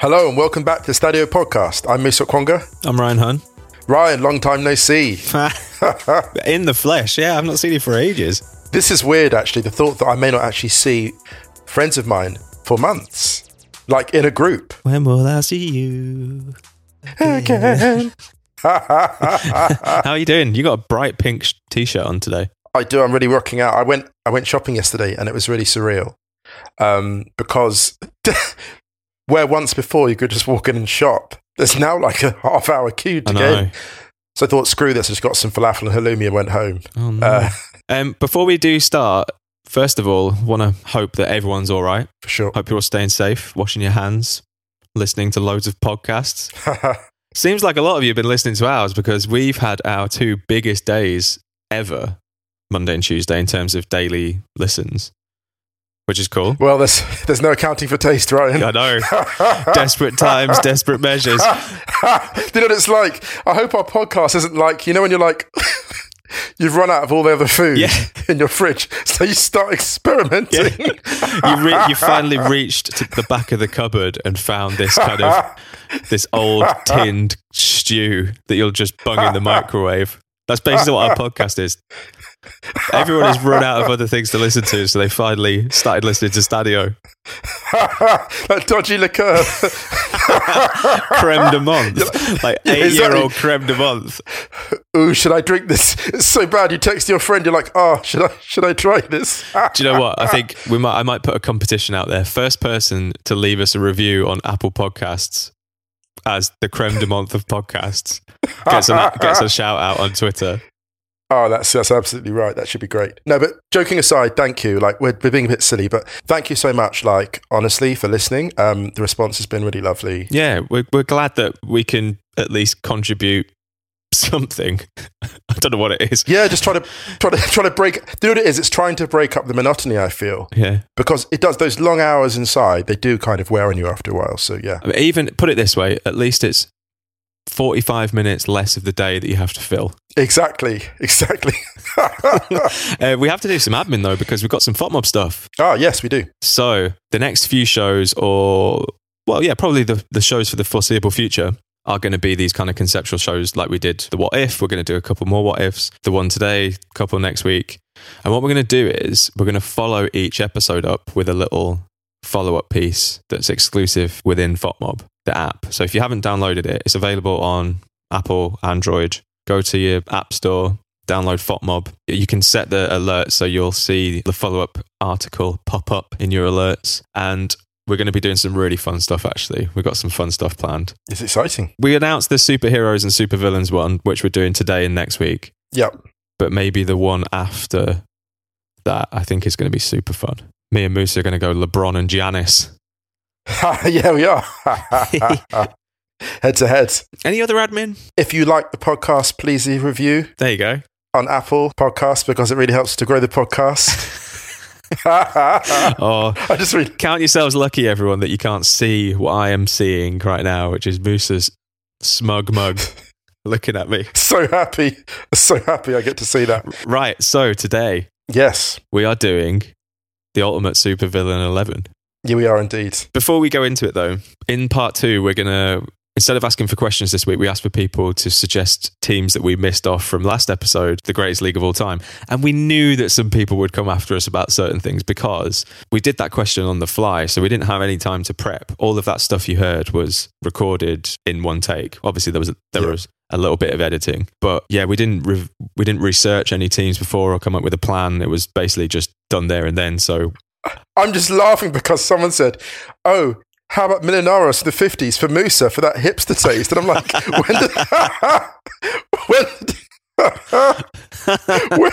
Hello and welcome back to Stadio Podcast. I'm Musa Kwonga. I'm Ryan Hun. Ryan, long time no see. In the flesh, yeah, I've not seen you for ages. This is weird, actually, the thought that I may not actually see friends of mine for months, like in a group. When will I see you? Again. How are you doing? You got a bright pink sh- t-shirt on today. I do. I'm really rocking out. I went. I went shopping yesterday, and it was really surreal um, because where once before you could just walk in and shop, there's now like a half hour queue I to get. in. know. So I thought, screw this. I just got some falafel and halloumi and went home. Oh, no. Uh, um, before we do start, first of all, want to hope that everyone's all right. for sure. Hope you're all staying safe, washing your hands, listening to loads of podcasts. Seems like a lot of you have been listening to ours because we've had our two biggest days ever, Monday and Tuesday, in terms of daily listens, which is cool. well, there's there's no accounting for taste, Ryan. I know. desperate times, desperate measures. you know what it's like? I hope our podcast isn't like, you know, when you're like, you've run out of all the other food Yeah. in your fridge. So you start experimenting. You, re- you finally reached to the back of the cupboard and found this kind of this old tinned stew that you'll just bung in the microwave. That's basically what our podcast is. Everyone has run out of other things to listen to, so they finally started listening to Stadio that dodgy liqueur. Creme de Month, like eight year exactly. old Creme de Month. Ooh, should I drink this? It's so bad. You text your friend, you're like, oh, should I should I try this? Do you know what? I think we might. I might put a competition out there. First person to leave us a review on Apple Podcasts as the creme de month of podcasts gets a gets a shout out on Twitter. Oh, that's that's absolutely right. That should be great. No, but joking aside, thank you. Like we're, we're being a bit silly, but thank you so much. Like honestly, for listening. Um, the response has been really lovely. Yeah, we're we're glad that we can at least contribute something. I don't know what it is. Yeah, just try to try to try to break. Do you know what it is? It's trying to break up the monotony. I feel Yeah, because it does those long hours inside. They do kind of wear on you after a while. So yeah, I mean, even put it this way. At least it's forty five minutes less of the day that you have to fill. exactly, exactly. Uh, we have to do some admin though because we've got some FOTMOB stuff. oh yes, we do. So the next few shows, or well, yeah, probably the, the shows for the foreseeable future are going to be these kind of conceptual shows like we did the what if we're going to do a couple more what ifs the one today couple next week and what we're going to do is we're going to follow each episode up with a little follow-up piece that's exclusive within fotmob the app so if you haven't downloaded it it's available on apple android go to your app store download FOTMOB. You can set the alert so you'll see the follow up article pop up in your alerts. And we're going to be doing some really fun stuff, actually. We've got some fun stuff planned. It's exciting. We announced the superheroes and supervillains one, which we're doing today and next week. Yeah. But maybe the one after that, I think, is going to be super fun. Me and Moose are going to go LeBron and Giannis. yeah, we are. head to head. Any other admin? If you like the podcast, please leave a review There you go. on Apple Podcasts because it really helps to grow the podcast. Oh, I just read. count yourselves lucky, everyone, that you can't see what I am seeing right now, which is Moose's smug mug looking at me. So happy, so happy I get to see that. Right, so today Yes, we are doing the Ultimate Supervillain 11. yeah, we are indeed. Before we go into it, though, in part two, we're going to, instead of asking for questions this week, we asked for people to suggest teams that we missed off from last episode, the greatest league of all time. And we knew that some people would come after us about certain things because we did that question on the fly. So we didn't have any time to prep. All of that stuff you heard was recorded in one take. Obviously, there was, there Yeah. was, a little bit of editing, but yeah, we didn't re- we didn't research any teams before or come up with a plan. It was basically just done there and then. So I'm just laughing because someone said, "Oh, how about Milenaros in the '50s for Musa for that hipster taste?" And I'm like, "When did when, when,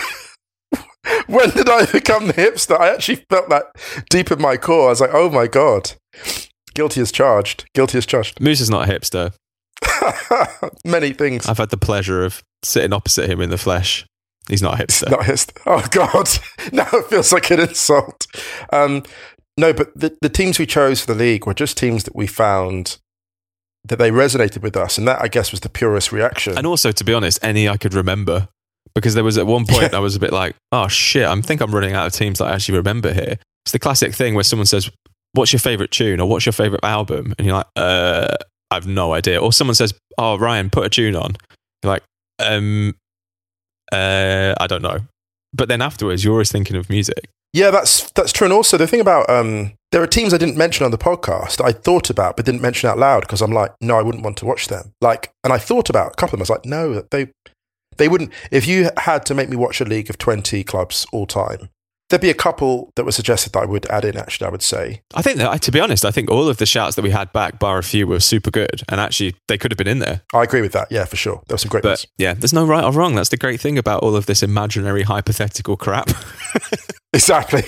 when did I become the hipster?" I actually felt that deep in my core. I was like, "Oh my god, guilty as charged. Guilty as charged." Moose is not a hipster. Many things. I've had the pleasure of sitting opposite him in the flesh. He's not a hipster. Not hipster. Oh god, now it feels like an insult. Um, no, but the, the teams we chose for the league were just teams that we found that they resonated with us, and that I guess was the purest reaction. And also, to be honest, any I could remember. Because there was at one point I was a bit like, oh shit, I think I'm running out of teams that I actually remember here. It's the classic thing where someone says, what's your favorite tune or what's your favorite album? And you're like, uh, I've no idea. Or someone says, oh, Ryan, put a tune on. You're like, um, uh, I don't know. But then afterwards, you're always thinking of music. Yeah, that's that's true. And also the thing about um, there are teams I didn't mention on the podcast that I thought about but didn't mention out loud because I'm like, no, I wouldn't want to watch them. Like, and I thought about a couple of them. I was like, no, they they wouldn't. If you had to make me watch a league of 20 clubs all time, there'd be a couple that were suggested that I would add in. Actually, I would say I think that, to be honest, I think all of the shouts that we had back, bar a few, were super good, and actually they could have been in there. I agree with that. Yeah, for sure. There were some great ones. But yeah, there's no right or wrong. That's the great thing about all of this imaginary hypothetical crap. Exactly.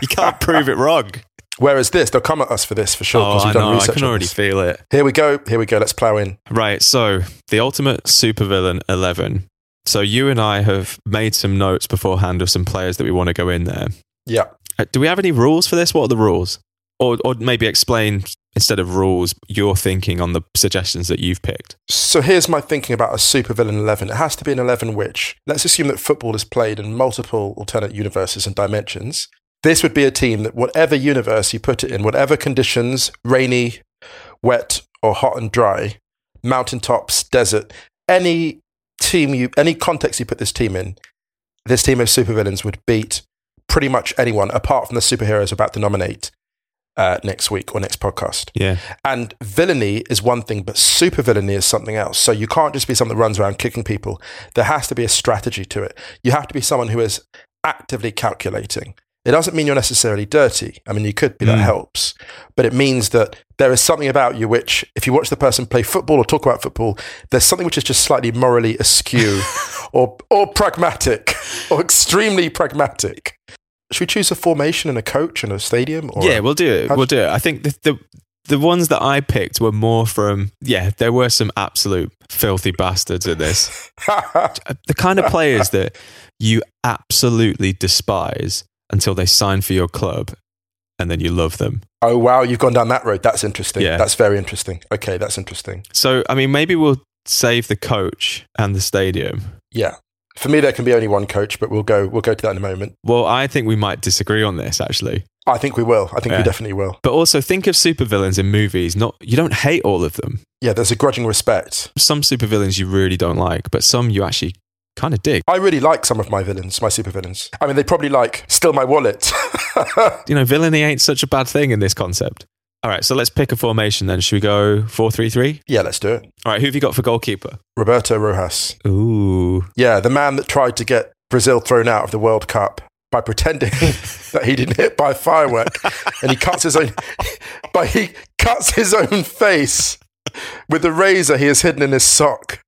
you can't prove it wrong. Whereas this, they'll come at us for this for sure Oh, because I we've done know. I research. can on already this. feel it. Here we go. Here we go. Let's plow in. Right, so the ultimate supervillain eleven. So you and I have made some notes beforehand of some players that we want to go in there. Yeah. Uh, Do we have any rules for this? What are the rules? Or, or maybe explain instead of rules your thinking on the suggestions that you've picked. So here's my thinking about a supervillain 11. It has to be an 11 which, let's assume that football is played in multiple alternate universes and dimensions. This would be a team that, whatever universe you put it in, whatever conditions rainy, wet, or hot and dry, mountaintops, desert, any team you, any context you put this team in, this team of supervillains would beat pretty much anyone apart from the superheroes we're about to nominate uh, next week or next podcast. Yeah. And villainy is one thing, but super villainy is something else. So you can't just be someone that runs around kicking people. There has to be a strategy to it. You have to be someone who is actively calculating. It doesn't mean you're necessarily dirty. I mean, you could be, that Mm. helps. But it means that there is something about you which, if you watch the person play football or talk about football, there's something which is just slightly morally askew or, or pragmatic or extremely pragmatic. Should we choose a formation and a coach and a stadium? Or yeah, we'll do it. How'd We'll do it. I think the, the the ones that I picked were more from yeah, there were some absolute filthy bastards in this. Uh, the kind of players that you absolutely despise until they sign for your club and then you love them. Oh wow, you've gone down that road. That's interesting. Yeah. That's very interesting. Okay, that's interesting. So, I mean, maybe we'll save the coach and the stadium. Yeah. For me there can be only one coach, but we'll go we'll go to that in a moment. Well, I think we might disagree on this actually. I think we will. I think Yeah. we definitely will. But also think of supervillains in movies. Not you don't hate all of them. Yeah, there's a grudging respect. Some supervillains you really don't like, but some you actually kind of dig. I really like some of my villains, my supervillains. I mean they probably like steal my wallet. You know, villainy ain't such a bad thing in this concept. All right, so let's pick a formation then. Should we go four-three-three? yeah, let's do it. All right, who have you got for goalkeeper? Roberto Rojas. Ooh. Yeah, the man that tried to get Brazil thrown out of the World Cup by pretending that he didn't hit by a firework, and he cuts his own, but he cuts his own face with the razor he has hidden in his sock.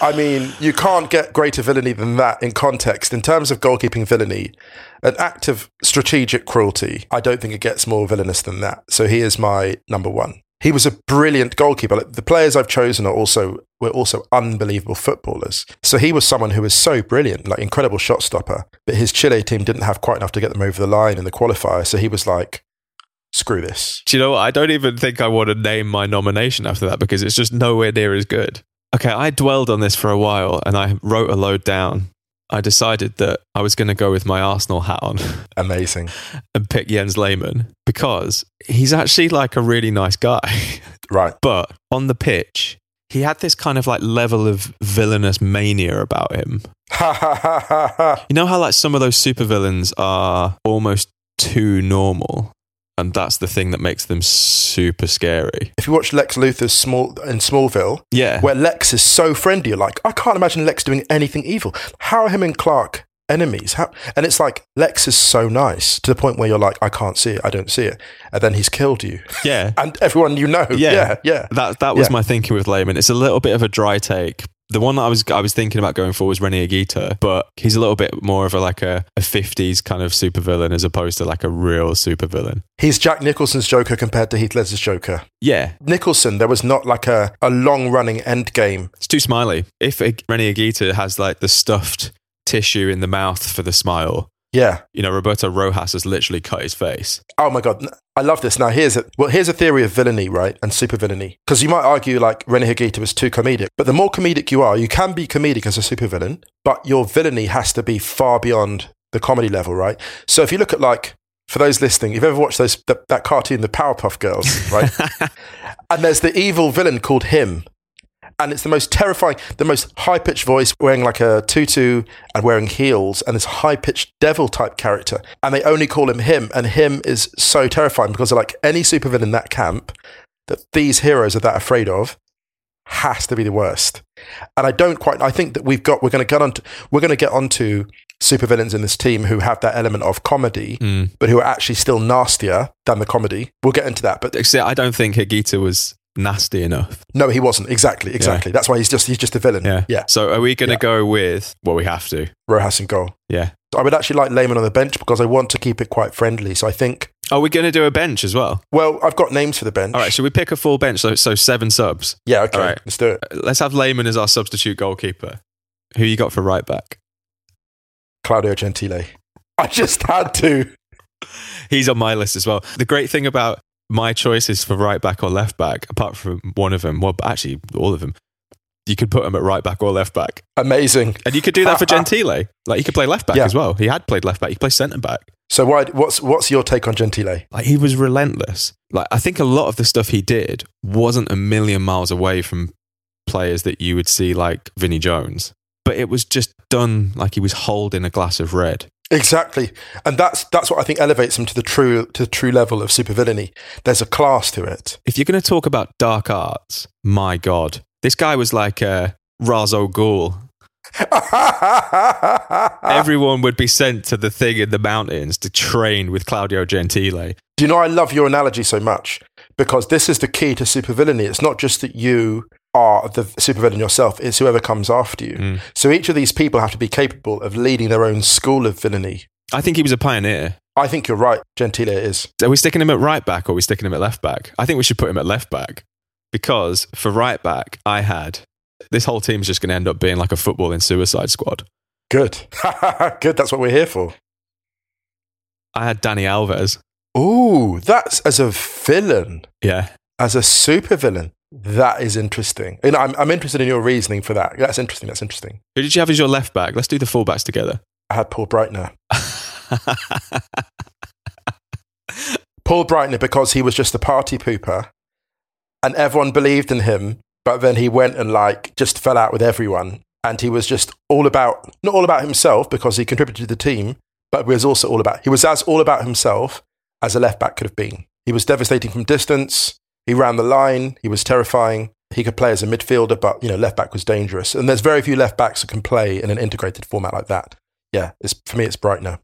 I mean, you can't get greater villainy than that in context. In terms of goalkeeping villainy, an act of strategic cruelty, I don't think it gets more villainous than that. So he is my number one. He was a brilliant goalkeeper. Like, the players I've chosen are also were also unbelievable footballers. So he was someone who was so brilliant, like incredible shot stopper. But his Chile team didn't have quite enough to get them over the line in the qualifier. So he was like, "Screw this." Do you know what? I don't even think I want to name my nomination after that because it's just nowhere near as good. Okay, I dwelled on this for a while and I wrote a load down. I decided that I was going to go with my Arsenal hat on Amazing. and pick Jens Lehmann because he's actually like a really nice guy. Right. But on the pitch, he had this kind of like level of villainous mania about him. Ha ha ha ha ha. You know how like some of those supervillains are almost too normal? And that's the thing that makes them super scary. If you watch Lex Luthor's Small in Smallville, Yeah. where Lex is so friendly. You're like, I can't imagine Lex doing anything evil. How are him and Clark enemies? How? And it's like, Lex is so nice to the point where you're like, I can't see it. I don't see it. And then he's killed you. Yeah. And everyone you know. Yeah. Yeah. Yeah. That that was Yeah. my thinking with Lehman. It's a little bit of a dry take. The one that I was I was thinking about going for was Rene Agita, but he's a little bit more of a like a, a 50s kind of supervillain as opposed to like a real supervillain. He's Jack Nicholson's Joker compared to Heath Ledger's Joker. Yeah, Nicholson, there was not like a, a long running end game. it's too smiley. If Ig- Rene Agita has like the stuffed tissue in the mouth for the smile, Yeah. you know, Roberto Rojas has literally cut his face. Oh my god, I love this. Now here's a well, here's a theory of villainy, right, and super villainy. Because you might argue like Rene Higuita was too comedic, but the more comedic you are, you can be comedic as a supervillain, but your villainy has to be far beyond the comedy level, right? So if you look at like for those listening, you've ever watched those that, that cartoon, The Powerpuff Girls, right? and there's the evil villain called him, and it's the most terrifying, the most high pitched voice, wearing like a tutu and wearing heels, and this high pitched devil type character, and they only call him him, and him is so terrifying because like any supervillain in that camp that these heroes are that afraid of has to be the worst. And I don't quite. I think that we've got. We're going to get on. To, we're going to get onto supervillains in this team who have that element of comedy, Mm. but who are actually still nastier than the comedy. We'll get into that. But Except I don't think Higita was nasty enough. no, he wasn't. Exactly. Exactly. That's why he's just he's just a villain. Yeah. Yeah. So are we going to Yeah. go with, well, we have to. Rojas and goal. Yeah. I would actually like Layman on the bench because I want to keep it quite friendly. So I think. Are we going to do a bench as well? Well, I've got names for the bench. All right. Should we pick a full bench? So, so seven subs. Yeah. Okay. All right. Let's do it. Let's have Lehman as our substitute goalkeeper. Who you got for right back? Claudio Gentile. I just had to. He's on my list as well. The great thing about my choices for right back or left back, apart from one of them, well, actually all of them, you could put him at right back or left back, Amazing. and you could do that for Gentile. Like he could play left back Uh, Yeah. as well. He had played left back. He played centre back. So why? What's what's your take on Gentile? Like he was relentless. Like I think a lot of the stuff he did wasn't a million miles away from players that you would see like Vinnie Jones, but it was just done like he was holding a glass of red. Exactly, and that's that's what I think elevates him to the true to the true level of supervillainy. There's a class to it. if you're going to talk about dark arts, my God, this guy was like uh, Ra's al Ghul. Ah. Everyone would be sent to the thing in the mountains to train with Claudio Gentile. Do you know I love your analogy so much because this is the key to supervillainy. It's not just that you are the supervillain yourself; it's whoever comes after you. Mm. So each of these people have to be capable of leading their own school of villainy. I think he was a pioneer. I think you're right. Gentile is. Are we sticking him at right back or are we sticking him at left back? I think we should put him at left back because for right back, I had this whole team's just going to end up being like a footballing suicide squad. Good, good. That's what we're here for. I had Danny Alves. Ooh, that's as a villain. Yeah. as a supervillain. That is interesting. And I'm, I'm interested in your reasoning for that. That's interesting. That's interesting. Who did you have as your left back? Let's do the full backs together. I had Paul Breitner. Paul Breitner, because he was just a party pooper and everyone believed in him, but then he went and like just fell out with everyone. And he was just all about, not all about himself because he contributed to the team, but was also all about, he was as all about himself as a left back could have been. He was devastating from distance. He ran the line. He was terrifying. He could play as a midfielder, but you know, left back was dangerous. And there's very few left backs that can play in an integrated format like that. Yeah, it's, for me, it's Breitner.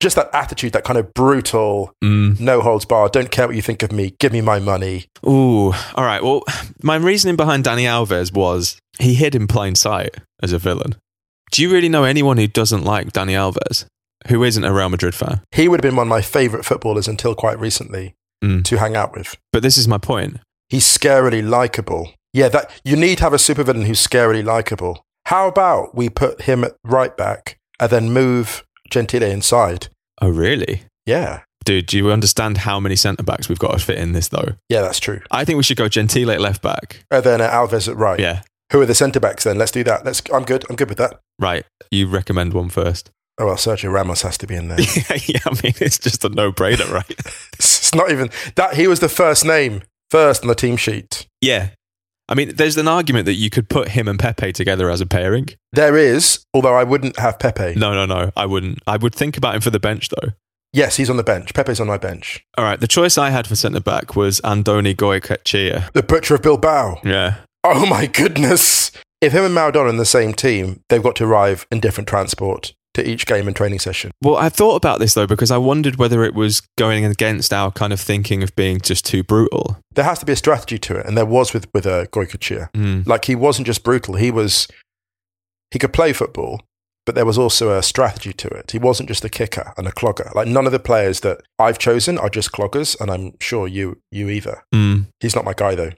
Just that attitude, that kind of brutal, Mm. no holds barred. Don't care what you think of me. Give me my money. Ooh, all right. Well, my reasoning behind Danny Alves was he hid in plain sight as a villain. Do you really know anyone who doesn't like Danny Alves, who isn't a Real Madrid fan? He would have been one of my favorite footballers until quite recently Mm. to hang out with. But this is my point. He's scarily likable. Yeah, that you need to have a supervillain who's scarily likable. How about we put him at right back and then move Gentile inside? Oh, really? Yeah, Dude, do you understand how many centre backs we've got to fit in this, though? yeah, that's true. I think we should go Gentile at left back. And then uh, Alves at right. Yeah, Who are the centre backs then? Let's do that. Let's. I'm good. I'm good with that. right. You recommend one first. Oh well, Sergio Ramos has to be in there. yeah, I mean, it's just a no brainer, right? it's not even that. He was the first name first on the team sheet. yeah. I mean, there's an argument that you could put him and Pepe together as a pairing. There is, although I wouldn't have Pepe. No, no, no. I wouldn't. I would think about him for the bench, though. Yes, he's on the bench. Pepe's on my bench. All right, the choice I had for centre back was Andoni Goyechea. The Butcher of Bilbao. Yeah. Oh my goodness. If him and Maradona are in the same team, they've got to arrive in different transport to each game and training session. Well, I thought about this though because I wondered whether it was going against our kind of thinking of being just too brutal. There has to be a strategy to it, and there was with with uh, Goycochea. Mm. Like he wasn't just brutal; he was he could play football, but there was also a strategy to it. He wasn't just a kicker and a clogger. Like none of the players that I've chosen are just cloggers, and I'm sure you you either. Mm. He's not my guy though.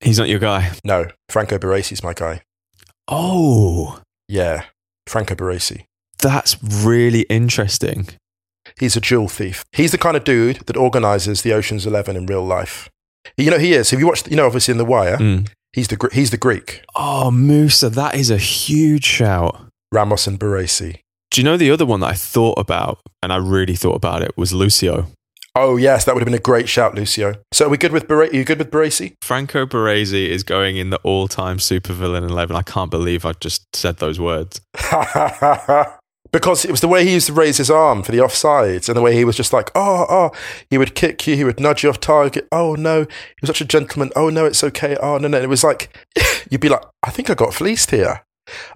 He's not your guy. No, Franco Baresi's my guy. Oh, Yeah, Franco Baresi. that's really interesting. He's a jewel thief. He's the kind of dude that organizes the Ocean's Eleven in real life. You know he is. Have you watched? You know, obviously in The Wire, Mm. he's the Gr- he's the Greek Oh, Musa, that is a huge shout. Ramos and Baresi. Do you know the other one that I thought about and I really thought about it was Lucio. Oh yes, that would have been a great shout, Lucio. So are we good with Bere- are you good with Baresi? Franco Baresi is going in the all-time supervillain 11. I can't believe I just said those words. because it was the way he used to raise his arm for the offsides and the way he was just like, oh, oh, he would kick you, he would nudge you off target. Oh, no, he was such a gentleman. Oh, no, it's okay. Oh, no, no. It was like, you'd be like, I think I got fleeced here.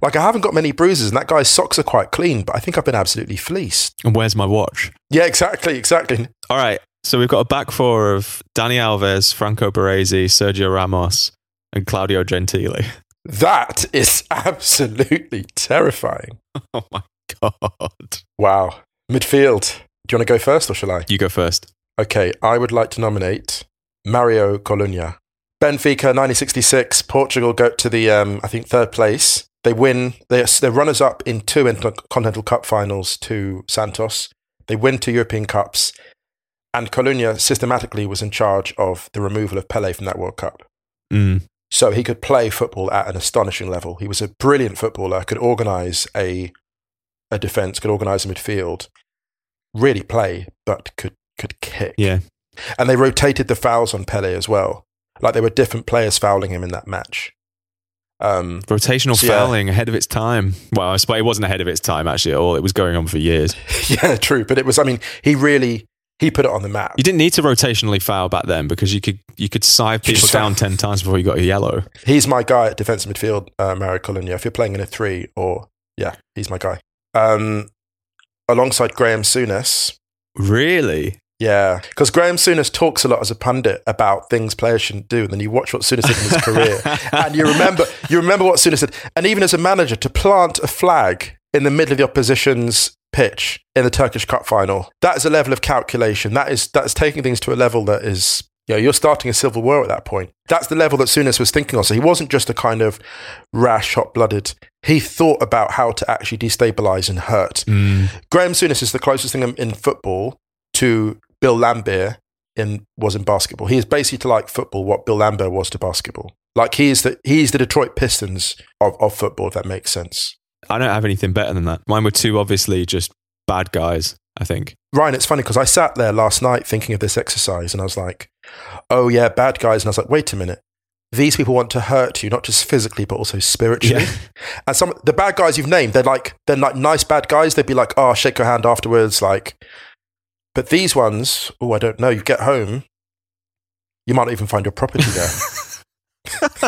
Like, I haven't got many bruises, and that guy's socks are quite clean, but I think I've been absolutely fleeced. And where's my watch? Yeah, exactly, exactly. All right. So we've got a back four of Danny Alves, Franco Baresi, Sergio Ramos, and Claudio Gentili. That is absolutely terrifying. Oh my god. Wow. Midfield. Do you want to go first or shall I? You go first. Okay, I would like to nominate Mario Coluña. Benfica 1966, Portugal go to the, um, I think, third place. They win. They're, they're runners up in two Continental Cup finals to Santos. They win two European Cups. And Coluña systematically was in charge of the removal of Pele from that World Cup. Mm. So he could play football at an astonishing level. He was a brilliant footballer, could organise a, a defence, could organise a midfield, really play, but could, could kick. Yeah. And they rotated the fouls on Pele as well. Like there were different players fouling him in that match. Um, Rotational So, yeah. fouling ahead of its time. Well, I suppose it wasn't ahead of its time actually at all. It was going on for years. yeah, true. But it was, I mean, he really, he put it on the map. You didn't need to rotationally foul back then because you could you could side You people just- down ten times before you got a yellow. He's my guy at defensive midfield, uh, Mario Colonia. If you're playing in a three or, yeah, he's my guy. Um, alongside Graham Souness. Really? Yeah, because Graham Souness talks a lot as a pundit about things players shouldn't do, and then you watch what Souness did in his career, and you remember you remember what Souness did, and even as a manager to plant a flag in the middle of the opposition's pitch in the Turkish Cup final. That is a level of calculation. That is that is taking things to a level that is. You know, you're starting a civil war at that point. That's the level that Souness was thinking of. So he wasn't just a kind of rash, hot-blooded. He thought about how to actually destabilize and hurt. Mm. Graham Souness is the closest thing in- in football to Bill Lambert in was in basketball. He is basically to like football what Bill Lambert was to basketball. Like he is the he is the Detroit Pistons of, of football, if that makes sense. I don't have anything better than that. Mine were two obviously just bad guys, I think. Ryan, it's funny because I sat there last night thinking of this exercise and I was like, oh yeah, bad guys. And I was like, wait a minute. These people want to hurt you, not just physically, but also spiritually. And some the bad guys you've named, they're like they're like nice bad guys. They'd be like, oh, shake your hand afterwards, like. But these ones, oh, I don't know. You get home, you might not even find your property there.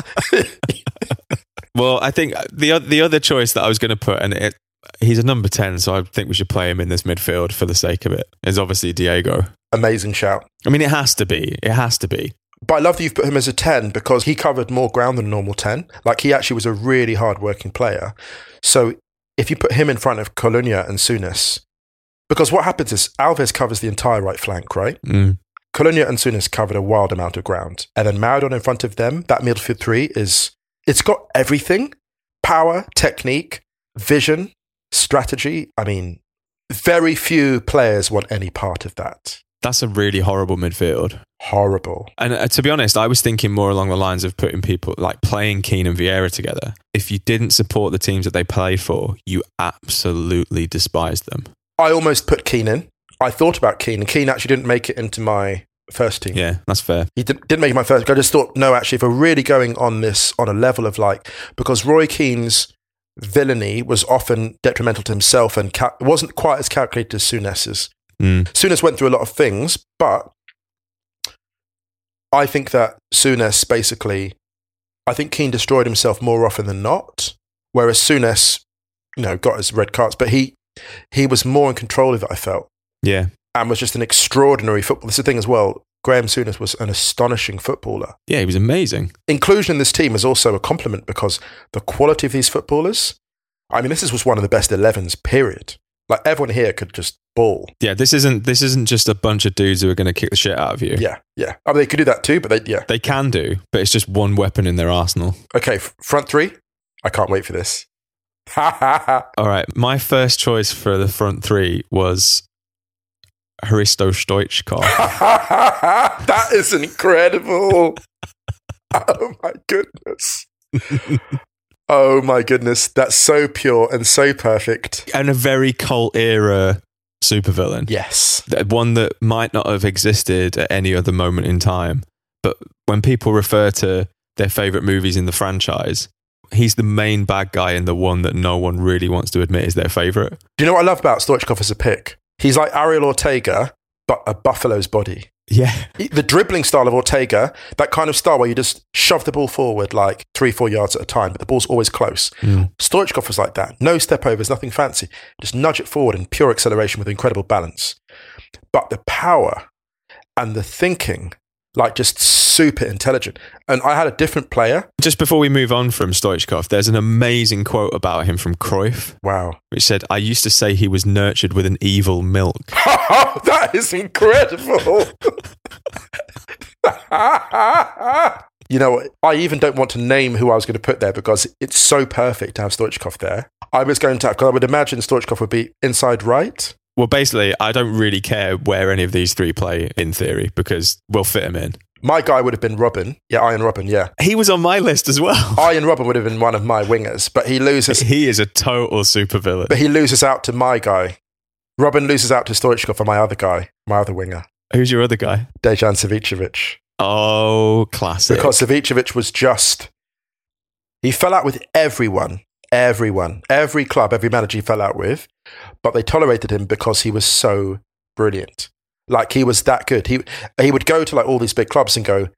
Well, I think the o- the other choice that I was going to put, and it, he's a number ten, so I think we should play him in this midfield for the sake of it. Is obviously Diego. Amazing shout. I mean, it has to be. It has to be. But I love that you've put him as a 10 because he covered more ground than a normal 10. Like he actually was a really hard working player. So if you put him in front of Colonia and Sunis, because what happens is Alves covers the entire right flank, right? Mm. Colonia and Sunis covered a wild amount of ground. And then Maradon in front of them, that midfield three is, it's got everything power, technique, vision, strategy. I mean, very few players want any part of that. That's a really horrible midfield. Horrible. And uh, to be honest, I was thinking more along the lines of putting people like playing Keane and Vieira together. If you didn't support the teams that they played for, you absolutely despised them. I almost put Keane in. I thought about Keane, and Keane actually didn't make it into my first team. Yeah, that's fair. He didn't, didn't make it my first. I just thought, no, actually, if we're really going on this on a level of like, because Roy Keane's villainy was often detrimental to himself and cal- it wasn't quite as calculated as Souness's. Mm. Souness went through a lot of things, but I think that Souness basically, I think Keane destroyed himself more often than not, whereas Souness, you know, got his red cards, but he he was more in control of it. I felt Yeah, and was just an extraordinary footballer. This is the thing as well. Graham Souness was an astonishing footballer. yeah, he was amazing. Inclusion in this team is also a compliment because the quality of these footballers. I mean, this is- was one of the best 11s, period. Like everyone here could just ball. Yeah, this isn't this isn't just a bunch of dudes who are going to kick the shit out of you. Yeah, yeah. I mean, they could do that too, but they, yeah. They can do, but it's just one weapon in their arsenal. Okay, f- front three. I can't wait for this. All right, my first choice for the front three was Hristo Stoichkov. that is incredible. oh my goodness. Oh my goodness, that's so pure and so perfect. And a very cult era supervillain. Yes. That- One that might not have existed at any other moment in time. But when people refer to their favorite movies in the franchise, he's the main bad guy and the one that no one really wants to admit is their favorite. Do you know what I love about Stoichkov as a pick? He's like Ariel Ortega, but a buffalo's body. Yeah. The dribbling style of Ortega, that kind of style where you just shove the ball forward like three, four yards at a time, but the ball's always close. Mm. Stoichkov was like that. No step overs, nothing fancy. Just nudge it forward in pure acceleration with incredible balance. But the power and the thinking, like just super intelligent. And I had a different player. Just before we move on from Stoichkov, there's an amazing quote about him from Cruyff, Wow. which said, I used to say he was nurtured with an evil milk. that is incredible. you know, what? I even don't want to name who I was going to put there because it's so perfect to have Stoichkov there. I was going to have, because I would imagine Stoichkov would be inside right. Well, basically, I don't really care where any of these three play in theory because we'll fit him in. My guy would have been Robin. Yeah, Iron Robin, yeah. He was on my list as well. Iron Robin would have been one of my wingers, but he loses. He is a total supervillain. But he loses out to my guy. Robin loses out to Stoichkov for my other guy, my other winger, Who's your other guy? Dejan Savicevic. Oh, classic. Because Savicevic was just. He fell out with everyone, everyone, every club, every manager he fell out with, but they tolerated him because he was so brilliant. Like he was that good. He, he would go to like all these big clubs and go,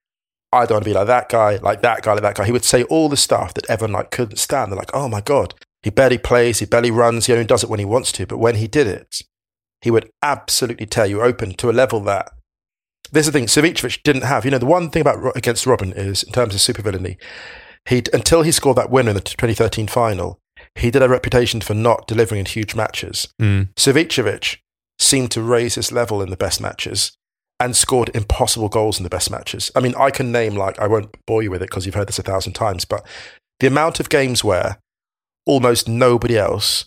I don't want to be like that guy, like that guy, like that guy. He would say all the stuff that everyone like couldn't stand. They're like, oh my God, he barely plays, he barely runs, he only does it when he wants to. But when he did it, he would absolutely tear you open to a level that this is the thing Savicevic didn't have. You know, the one thing about Ro- against Robin is in terms of supervillainy, he until he scored that winner in the 2013 final, he did have a reputation for not delivering in huge matches. Mm. Savicevic seemed to raise his level in the best matches and scored impossible goals in the best matches. I mean, I can name like I won't bore you with it because you've heard this a thousand times, but the amount of games where almost nobody else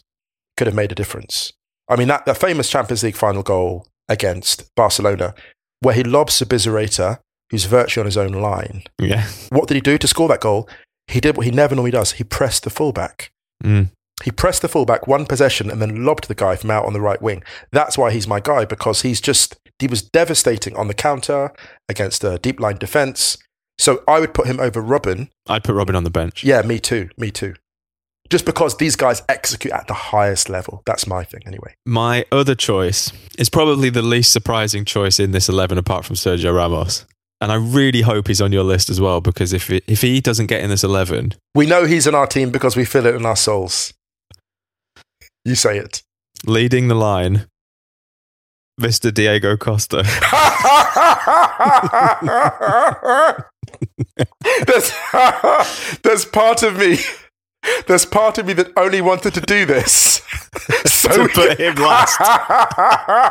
could have made a difference. I mean, that, that famous Champions League final goal against Barcelona, where he lobs Sabizarreta, who's virtually on his own line. Yeah. What did he do to score that goal? He did what he never normally does. He pressed the fullback. Mm. He pressed the fullback one possession and then lobbed the guy from out on the right wing. That's why he's my guy because he's just he was devastating on the counter against a deep line defense. So I would put him over Robin. I'd put Robin on the bench. Yeah, me too. Me too. Just because these guys execute at the highest level. That's my thing anyway. My other choice is probably the least surprising choice in this 11 apart from Sergio Ramos. And I really hope he's on your list as well because if, if he doesn't get in this 11, We know he's in our team because we feel it in our souls. You say it. leading the line, Mr. Diego Costa. there's, there's part of me. There's part of me that only wanted to do this. So To we put him last.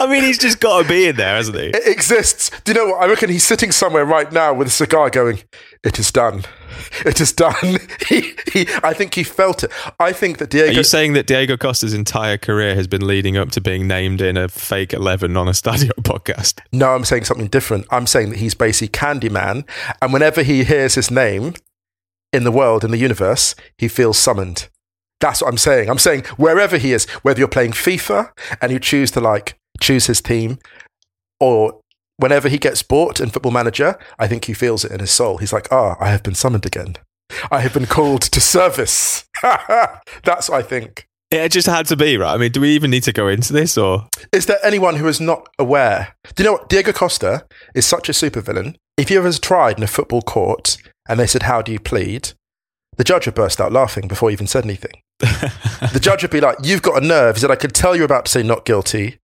I mean, he's just got to be in there, hasn't he? it exists. Do you know what? I reckon he's sitting somewhere right now with a cigar going, It is done. It is done. he, he, I think he felt it. I think that Are Diego. you saying that Diego Costa's entire career has been leading up to being named in a fake 11 on a Stadio podcast? No, I'm saying something different. I'm saying that he's basically Candyman, and whenever he hears his name in the world, in the universe, he feels summoned. That's what I'm saying. I'm saying wherever he is, whether you're playing FIFA and you choose to like choose his team, or whenever he gets bought in Football Manager, I think he feels it in his soul. He's like, ah, I have been summoned again. I have been called to service. That's what I think. It just had to be, right? I mean, do we even need to go into this or? Is there anyone who is not aware? Do you know what? Diego Costa is such a supervillain. If you ever tried in a football court and they said, How do you plead? The judge would burst out laughing before he even said anything. the judge would be like, You've got a nerve. He said, I could tell you're about to say not guilty,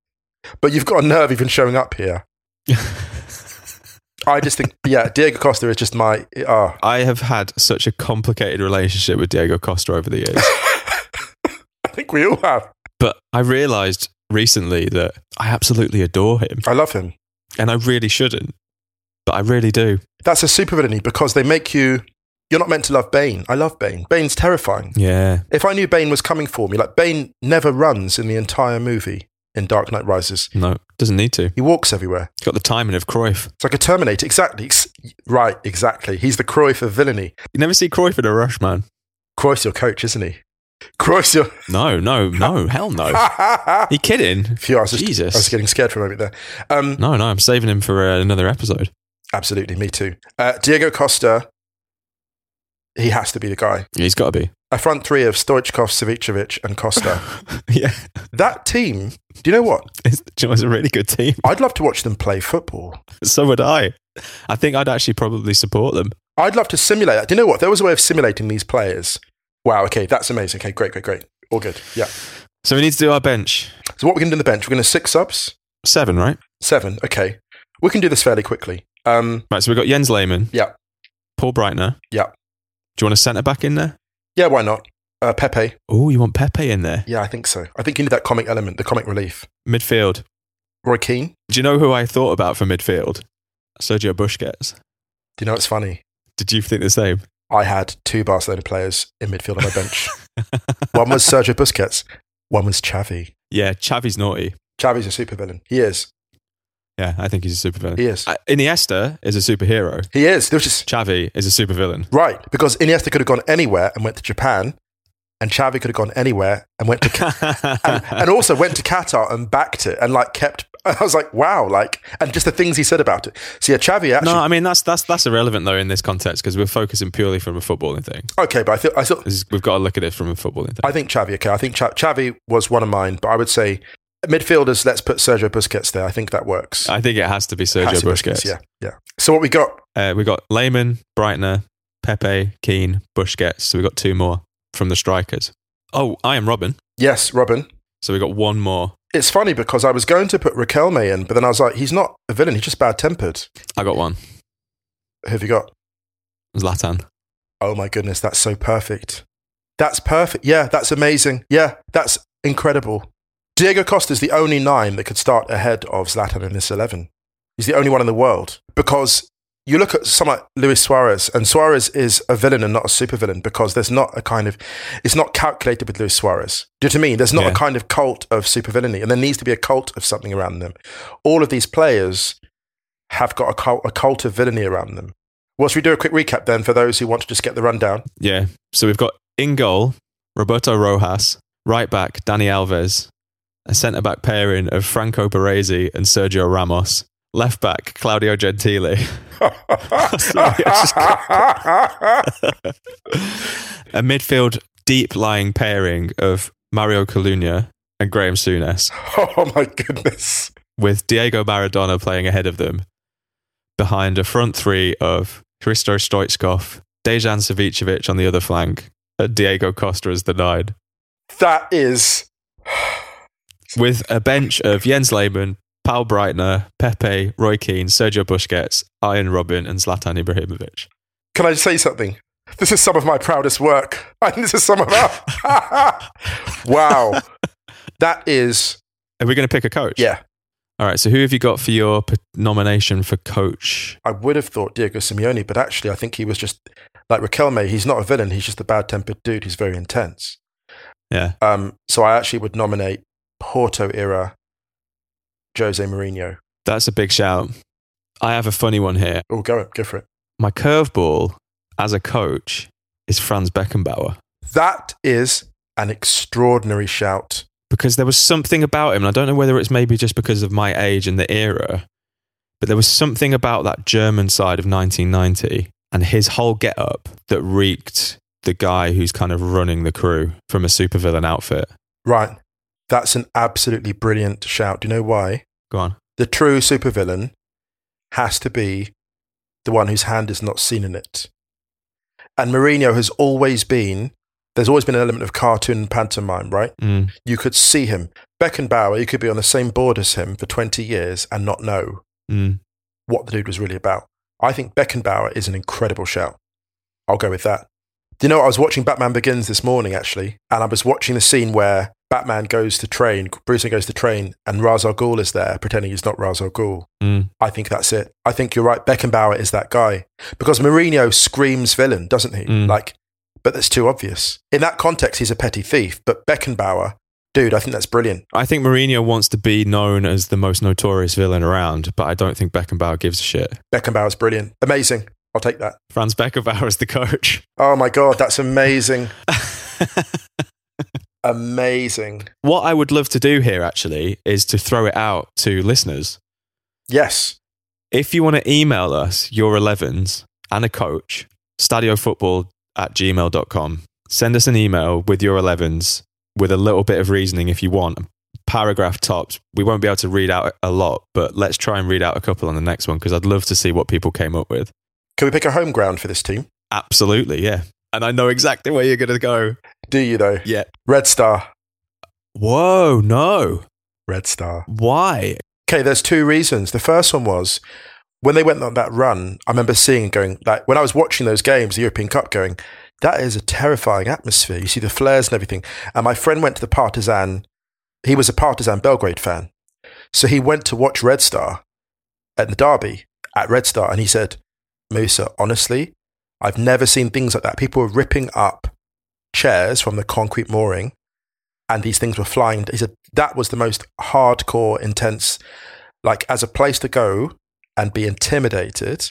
but you've got a nerve even showing up here. I just think, yeah, Diego Costa is just my. ah. I have had such a complicated relationship with Diego Costa over the years. I think we all have. but I realized recently that I absolutely adore him I love him. and I really shouldn't, but I really do. That's a supervillainy because they make you. You're not meant to love Bane. I love Bane. Bane's terrifying. Yeah. If I knew Bane was coming for me, like Bane never runs in the entire movie. in Dark Knight Rises. No, doesn't need to. He walks everywhere. It's got the timing of Cruyff. It's like a Terminator. Exactly. Ex- right. Exactly. He's the Cruyff of villainy. You never see Cruyff in a rush, man. Cruyff's your coach, isn't he? Cruyff's your. No, no, no, hell no. you kidding? Phew, I was just, Jesus. I was getting scared for a moment there. Um, No, no, I'm saving him for uh, another episode. Absolutely. Me too. Uh, Diego Costa. He has to be the guy. He's got to be. A front three of Stoichkov, Savicevic, and Costa. yeah, that team. Do you know what? it's, do you know, it's a really good team. I'd love to watch them play football. So would I. I think I'd actually probably support them. I'd love to simulate that. Do you know what? There was a way of simulating these players. Wow. Okay, that's amazing. Okay, great, great, great. All good. Yeah. So we need to do our bench. So what we're going to do on the bench? We're going to six subs, Seven, right? seven. Okay, we can do this fairly quickly. Um, Right, so we've got Jens Lehmann. Yeah. Paul Breitner. Yeah. Do you want a centre back in there? yeah, why not? Uh, Pepe. Oh, you want Pepe in there? Yeah, I think so. I think you need that comic element, the comic relief. Midfield. Roy Keane. Do you know who I thought about for midfield? Sergio Busquets. Do you know it's funny? Did you think the same? I had two Barcelona players in midfield on my bench. one was Sergio Busquets. One was Chavi. Yeah, Chavi's naughty. Chavi's a supervillain. He is. Yeah, I think he's a supervillain. He is. Uh, Iniesta is a superhero. He is. There was just Chavi is a supervillain. Right, because Iniesta could have gone anywhere and went to Japan, and Xavi could have gone anywhere and went to Ca- and, and also went to Qatar and backed it and like kept. I was like, wow, like, and just the things he said about it. So yeah, Xavi actually. no, I mean that's that's that's irrelevant though in this context because we're focusing purely from a footballing thing. Okay, but I thought I thought This is- we've got to look at it from a footballing thing. I think Xavi. Okay, I think Ch- Xavi was one of mine, but I would say midfielders. Let's put Sergio Busquets there. I think that works. I, think it has to be Sergio Passive Busquets. Yeah, yeah. So what we got? Uh, we got Lehman, Breitner, Pepe, Keane, Busquets. So we got two more from the strikers. Oh, I am Robin. Yes, Robin. So we got one more. It's funny because I was going to put Raquelme in, but then I was like, he's not a villain. He's just bad tempered. I got one. Who have you got? Zlatan. Oh my goodness, that's so perfect. That's perfect. Yeah, that's amazing. Yeah, that's incredible. Diego Costa's the only nine that could start ahead of Zlatan in this 11. He's the only one in the world because you look at someone like Luis Suarez, and Suarez is a villain and not a supervillain because there's not a kind of, it's not calculated with Luis Suarez. Do you know what I mean? There's not a Yeah. kind of cult of supervillainy, and there needs to be a cult of something around them. All of these players have got a cult, a cult of villainy around them. Well, should we do a quick recap then for those who want to just get the rundown? Yeah. So we've got in goal, Roberto Rojas, right back, Danny Alves, a centre back pairing of Franco Baresi and Sergio Ramos, left back, Claudio Gentile, Sorry, I a midfield deep lying pairing of Mario Colunia and Graham Souness, oh my goodness. with Diego Maradona playing ahead of them, behind a front three of Hristo Stoichkov, Dejan Savicevic on the other flank, and Diego Costa as the nine. That is with a bench of Jens Lehmann, Paul Breitner, Pepe, Roy Keane, Sergio Busquets, Iron Robin, and Zlatan Ibrahimovic. Can I just say something? This is some of my proudest work. And this is some of our Wow. That is Are we going to pick a coach? yeah. All right. So who have you got for your p- nomination for coach? I would have thought Diego Simeone, but actually I think he was just like Raquel May, he's not a villain, he's just a bad tempered dude who's very intense. Yeah. Um, so I actually would nominate Porto era Jose Mourinho. That's a big shout. I have a funny one here. Oh, go go for it. My curveball as a coach is Franz Beckenbauer That is an extraordinary shout. because there was something about him, and I don't know whether it's maybe just because of my age and the era, but there was something about that German side of 1990 and his whole get up that reeked the guy who's kind of running the crew from a supervillain outfit. Right. That's an absolutely brilliant shout. Do you know why? Go on. the true supervillain has to be the one whose hand is not seen in it. And Mourinho has always been, there's always been an element of cartoon and pantomime, right? Mm. You could see him. Beckenbauer, you could be on the same board as him for 20 years and not know Mm. what the dude was really about. I think Beckenbauer is an incredible shout. I'll go with that. Do you know, I was watching Batman Begins this morning, actually, and I was watching the scene where Batman goes to train, Bruce Wayne goes to train, and Ra's al Ghul is there pretending he's not Ra's al Ghul. Mm. I think that's it. I think you're right. Beckenbauer is that guy because Mourinho screams villain, doesn't he? Mm. Like, but that's too obvious. In that context, he's a petty thief. But Beckenbauer dude, I think that's brilliant. I think Mourinho wants to be known as the most notorious villain around, but I don't think Beckenbauer gives a shit. Beckenbauer's brilliant. Amazing. I'll take that. Franz Beckenbauer is the coach. Oh my God, that's amazing. amazing. What I would love to do here, actually, is to throw it out to listeners. Yes. If you want to email us your 11s and a coach, stadiofootball at gmail.com, send us an email with your 11s with a little bit of reasoning if you want. Paragraph tops. We won't be able to read out a lot, but let's try and read out a couple on the next one because I'd love to see what people came up with. Can we pick a home ground for this team? Absolutely, yeah. And I know exactly where you're going to go. Do you though? Yeah. Red Star. Whoa, no. Red Star. Why? Okay, there's two reasons. The first one was when they went on that run, I remember seeing going like when I was watching those games, the European Cup going, that is a terrifying atmosphere. You see the flares and everything. And my friend went to the Partizan. He was a Partizan Belgrade fan. So he went to watch Red Star at the derby at Red Star. And he said, Musa, honestly, I've never seen things like that. People were ripping up chairs from the concrete mooring and these things were flying. He said, that was the most hardcore, intense, like as a place to go and be intimidated.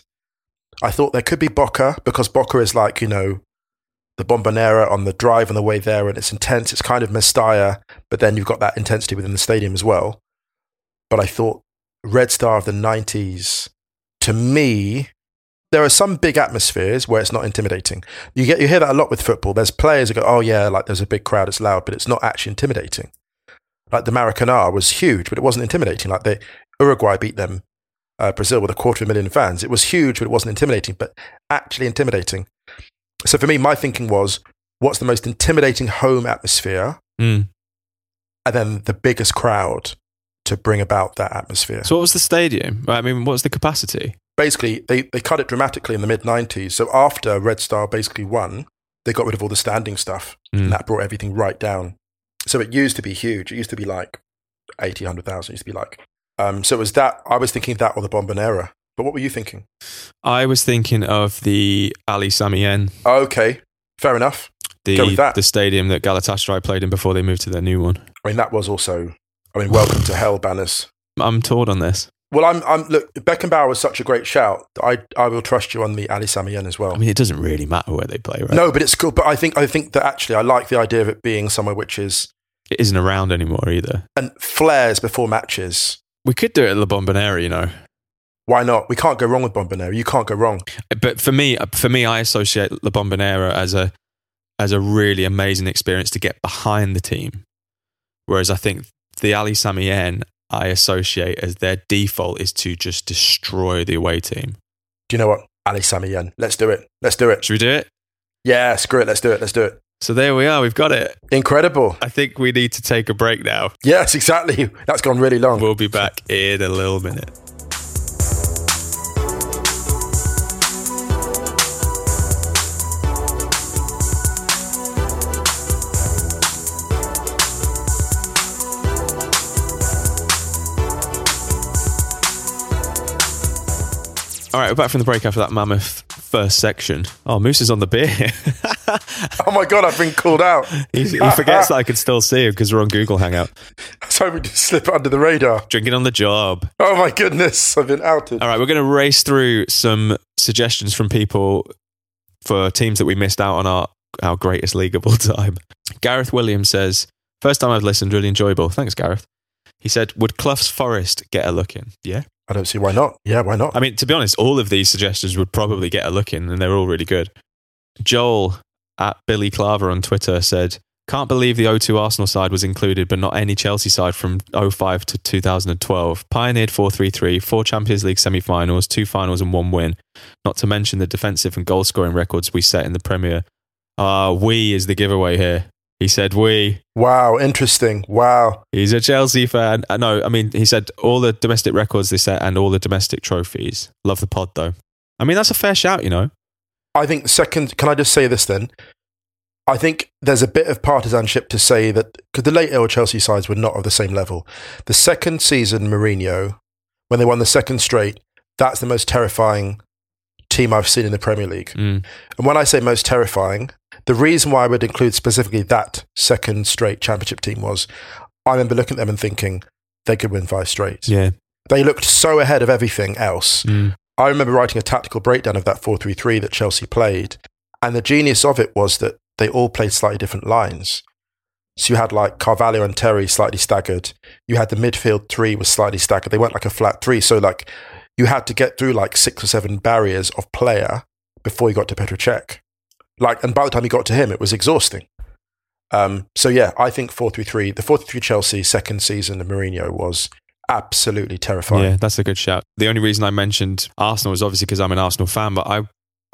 I thought there could be Boca because Boca is like, you know, the Bombonera on the drive on the way there, and it's intense. It's kind of Mestalla, but then you've got that intensity within the stadium as well. But I thought Red Star of the 90s, to me, there are some big atmospheres where it's not intimidating. You get you hear that a lot with football. There's players who go, "Oh yeah, like there's a big crowd, it's loud, but it's not actually intimidating." Like the Maracanã was huge, but it wasn't intimidating. Like the Uruguay beat them, uh, Brazil with a quarter of a million fans. It was huge, but it wasn't intimidating. But actually intimidating. So for me, my thinking was, what's the most intimidating home atmosphere, Mm. and then the biggest crowd to bring about that atmosphere. So, what was the stadium? I mean, what's the capacity? basically they, they cut it dramatically in the mid 90s so after red star basically won they got rid of all the standing stuff Mm. and that brought everything right down so it used to be huge it used to be like 80 100,000 it used to be like um, so it was that i was thinking that or the bombonera but what were you thinking I was thinking of the Ali Sami Yen, okay fair enough Go the, with that. the stadium that Galatasaray played in before they moved to their new one. i mean that was also i mean welcome to hell banners I'm torn on this. well i'm, I'm look beckenbauer was such a great shout i, I will trust you on the ali samayen as well I mean, it doesn't really matter where they play, right? no but it's cool but i think i think that actually i like the idea of it being somewhere which is It isn't around anymore either. and flares before matches. We could do it at La Bombonera, you know. Why not? We can't go wrong with Bombonera. You can't go wrong. But for me, uh, for me, I associate La Bombonera as a as a really amazing experience to get behind the team. Whereas I think the Ali Samien I associate as their default is to just destroy the away team. Do you know what? Ali Samayen. Let's do it. Let's do it. Should we do it? Yeah, screw it. Let's do it. Let's do it. So there we are. We've got it. Incredible. I think we need to take a break now. Yes, exactly. That's gone really long. We'll be back in a little minute. All right, we're back from the break after that mammoth first section. Oh, Moose is on the beer. oh my God, I've been called out. he, he forgets that I can still see him because we're on Google Hangout. So we just slip it under the radar. Drinking on the job. Oh my goodness, I've been outed. All right, we're going to race through some suggestions from people for teams that we missed out on our, our greatest league of all time. Gareth Williams says, First time I've listened, really enjoyable. Thanks, Gareth. He said, Would Clough's Forest get a look in? Yeah. I don't see why not. Yeah, why not? I mean, to be honest, all of these suggestions would probably get a look in, and they're all really good. Joel at Billy Claver on Twitter said, Can't believe the 02 Arsenal side was included, but not any Chelsea side from 05 to 2012. Pioneered 4 3 3, four Champions League semi finals, two finals, and one win. Not to mention the defensive and goal scoring records we set in the Premier. Ah, we is the giveaway here. He said, We. Wow, interesting. Wow. He's a Chelsea fan. Uh, No, I mean, he said all the domestic records they set and all the domestic trophies. Love the pod, though. I mean, that's a fair shout, you know. I think the second, can I just say this then? I think there's a bit of partisanship to say that because the late era Chelsea sides were not of the same level. The second season, Mourinho, when they won the second straight, that's the most terrifying team I've seen in the Premier League. Mm. And when I say most terrifying, the reason why I would include specifically that second straight championship team was I remember looking at them and thinking they could win five straight. Yeah. They looked so ahead of everything else. Mm. I remember writing a tactical breakdown of that 4-3-3 that Chelsea played, and the genius of it was that they all played slightly different lines. So you had like Carvalho and Terry slightly staggered. You had the midfield three was slightly staggered. They weren't like a flat three. So like you had to get through like six or seven barriers of player before you got to Petrocek. Like, and by the time you got to him, it was exhausting. Um, so yeah, I think four three three, the four three three Chelsea second season of Mourinho was absolutely terrifying. Yeah, that's a good shout. The only reason I mentioned Arsenal was obviously because I'm an Arsenal fan, but I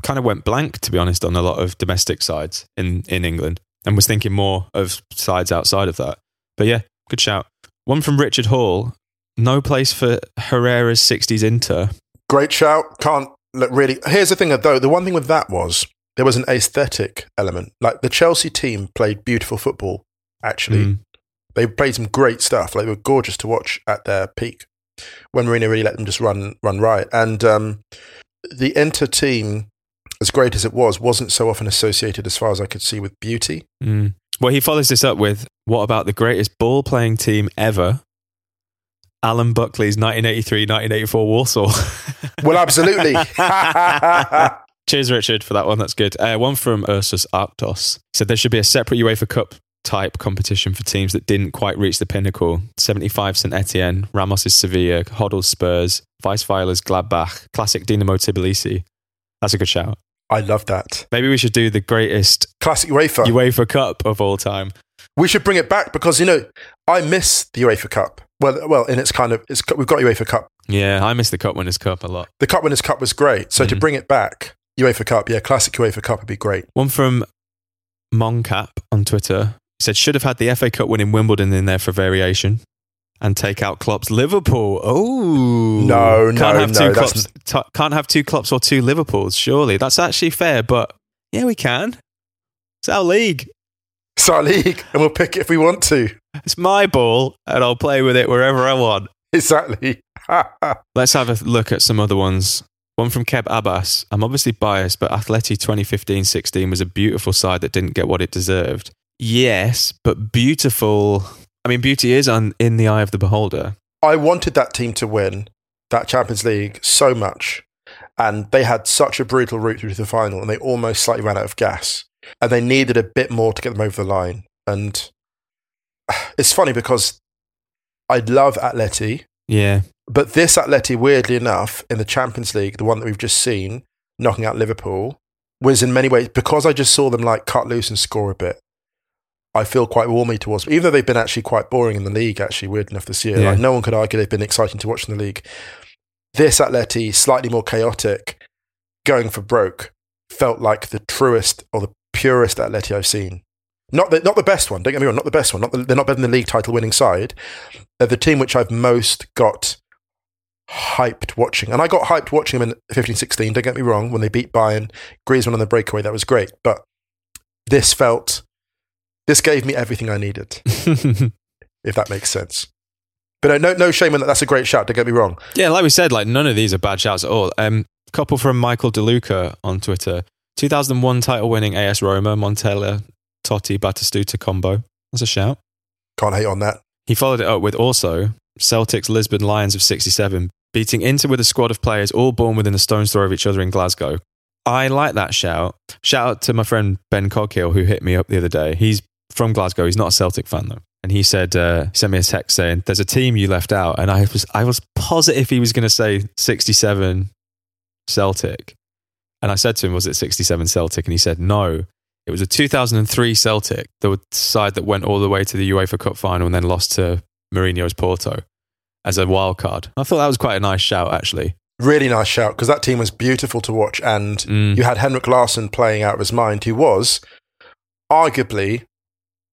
kind of went blank to be honest on a lot of domestic sides in in England and was thinking more of sides outside of that. But yeah, good shout. One from Richard Hall. No place for Herrera's 60s Inter. Great shout. Can't look really. Here's the thing though. The one thing with that was there was an aesthetic element. Like the Chelsea team played beautiful football. Actually, Mm. they played some great stuff. Like they were gorgeous to watch at their peak when Mourinho really let them just run run riot. And um, the Inter team, as great as it was, wasn't so often associated, as far as I could see, with beauty. Mm. Well, he follows this up with what about the greatest ball playing team ever? Alan Buckley's 1983 1984 Warsaw. Well, absolutely. Cheers, Richard, for that one. That's good. Uh, one from Ursus Arctos. He said there should be a separate UEFA Cup type competition for teams that didn't quite reach the pinnacle. 75 St Etienne, Ramos's Sevilla, Hoddle's Spurs, Weisweiler's Gladbach, classic Dinamo Tbilisi. That's a good shout. I love that Maybe we should do the greatest classic UEFA. UEFA Cup of all time. we should bring it back because you know I miss the UEFA Cup. Well, well, and it's kind of it's we've got UEFA Cup. Yeah, I miss the Cup Winners' Cup a lot. The Cup Winners' Cup was great, so to bring it back, UEFA Cup, yeah, classic UEFA Cup would be great. One from Moncap on Twitter He said, should have had the FA Cup winning Wimbledon in there for variation and take out Klopp's Liverpool. Oh, No, no, can't have no, two that's- Klopps, t- can't have two Klopps or two Liverpools. Surely that's actually fair, but yeah, we can. It's our league. It's our league, and we'll pick it if we want to. It's my ball, and I'll play with it wherever I want. Exactly. Let's have a look at some other ones. One from Keb Abbas. I'm obviously biased, but Atleti 2015 16 was a beautiful side that didn't get what it deserved. Yes, but beautiful. I mean, beauty is on, in the eye of the beholder. I wanted that team to win that Champions League so much. And they had such a brutal route through to the final and they almost slightly ran out of gas. And they needed a bit more to get them over the line. And it's funny because I love Atleti, Yeah. but this Atleti, weirdly enough, in the Champions League, the one that we've just seen knocking out Liverpool, was in many ways because I just saw them like cut loose and score a bit. I feel quite warmly towards, even though they've been actually quite boring in the league. Actually, weird enough this year, Yeah. like no one could argue they've been exciting to watch in the league. This Atleti, slightly more chaotic, going for broke, felt like the truest or the purest Atleti I've seen. Not the, not the best one. Don't get me wrong. Not the best one. Not the, they're not better than the league title winning side. They're the team which I've most got hyped watching. And I got hyped watching them in 15 16, don't get me wrong, when they beat Bayern, Griezmann on the breakaway, that was great. But this felt, this gave me everything I needed, if that makes sense. But no, no, no shame in that. That's a great shout, don't get me wrong. yeah, like we said, like none of these are bad shouts at all. Um, couple from Michael DeLuca on Twitter 2001 title winning AS Roma, Montella, Totti, Batistuta combo. That's a shout. Can't hate on that. He followed it up with also Celtics Lisbon Lions of 67, beating Inter with a squad of players all born within a stone's throw of each other in Glasgow. I like that shout. Shout out to my friend Ben Coghill, who hit me up the other day. He's from Glasgow. He's not a Celtic fan, though. And he said, uh, he sent me a text saying, There's a team you left out. And I was, I was positive he was going to say 67 Celtic. And I said to him, Was it 67 Celtic? And he said, No. It was a 2003 Celtic, the side that went all the way to the UEFA Cup final and then lost to Mourinho's Porto as a wild card. I thought that was quite a nice shout, actually. Really nice shout because that team was beautiful to watch. And Mm. you had Henrik Larsson playing out of his mind, who was arguably,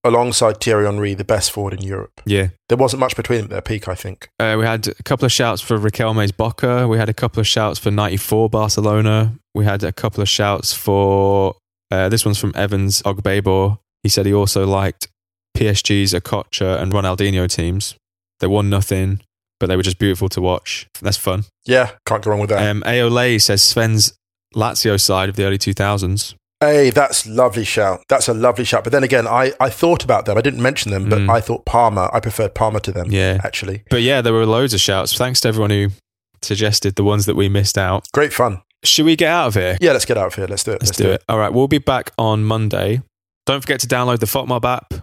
alongside Thierry Henry, the best forward in Europe. Yeah. There wasn't much between them at their peak, I think. Uh, we had a couple of shouts for Riquelme's Boca. We had a couple of shouts for 94 Barcelona. We had a couple of shouts for uh, this one's from Evans Ogbebor. He said he also liked PSG's Acocha and Ronaldinho teams. They won nothing, but they were just beautiful to watch. That's fun. E Yeah, can't go wrong with that. Um, Aole says Sven's Lazio side of the early 2000s. Hey, that's lovely shout. That's a lovely shout. But then again, I, I thought about them. I didn't mention them, but Mm. I thought Palmer. I preferred Palmer to them. Yeah. actually, But yeah, there were loads of shouts. Thanks to everyone who suggested the ones that we missed out. great fun. Should we get out of here? Yeah, let's get out of here. Let's do it. Let's, do, it. All right, we'll be back on Monday. Don't forget to download the FOTMOB app.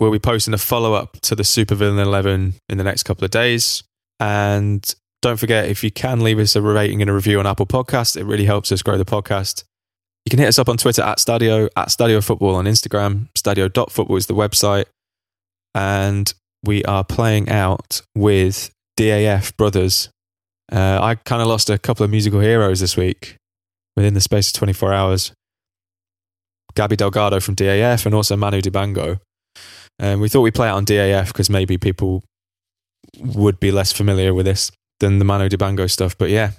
We'll be posting a follow up to the Supervillain 11 in the next couple of days. And don't forget, if you can leave us a rating and a review on Apple Podcasts, it really helps us grow the podcast. You can hit us up on Twitter at Stadio, at Stadio Football on Instagram. Stadio.football is the website. And we are playing out with DAF Brothers. Uh, I kind of lost a couple of musical heroes this week within the space of 24 hours. Gabby Delgado from DAF and also Manu Dibango. Um, we thought we'd play it on DAF because maybe people would be less familiar with this than the Manu Dibango stuff. But yeah,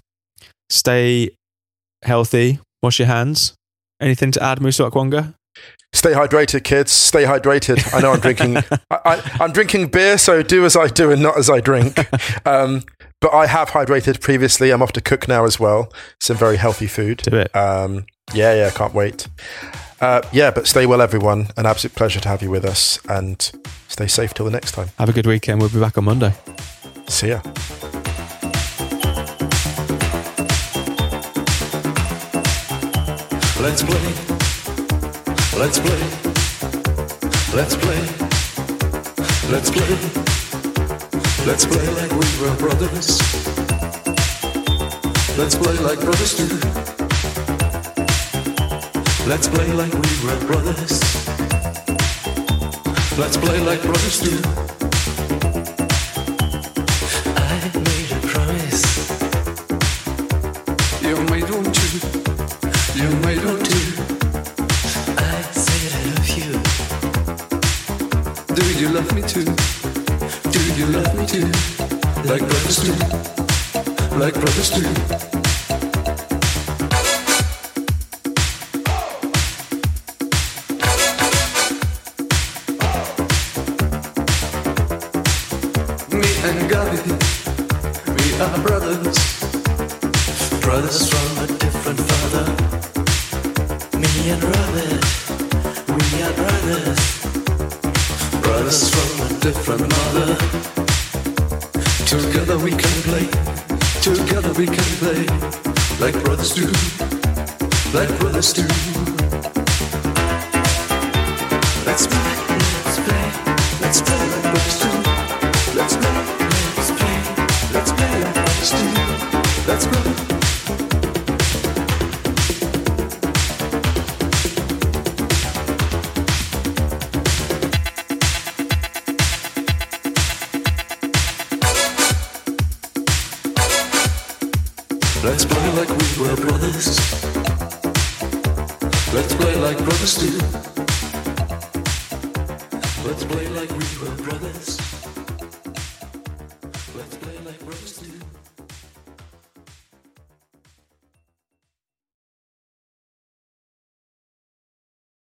stay healthy, wash your hands. Anything to add, Musa Akwonga? Stay hydrated, kids. Stay hydrated. I know I'm drinking. I, I, I'm drinking beer, so do as I do and not as I drink. Um, but I have hydrated previously. I'm off to cook now as well. Some very healthy food. Do it. Um, yeah, yeah, can't wait. Uh, yeah, but stay well, everyone. An absolute pleasure to have you with us, and stay safe till the next time. Have a good weekend. We'll be back on Monday. See ya. Let's play. Let's play. Let's play. Let's play. Let's play like we were brothers. Let's play like brothers do. Let's play like we were brothers. Let's play like brothers do. I made a promise. You made one too. You may do too. I said I love you. Do you love me too? Do you love me too? Like brothers do. Like brothers do. Me and Gabi, we are brothers. Brothers from a different father. Me and Robert, we are brothers. Brothers from a different mother. Together we can play, together we can play. Like brothers do, like brothers do. Let's play, let's play, let's play like brothers do. Let's play, let's play, let's play like brothers do. Let's play. Let's play like we were brothers. Let's play like brothers do. Let's play like we were brothers.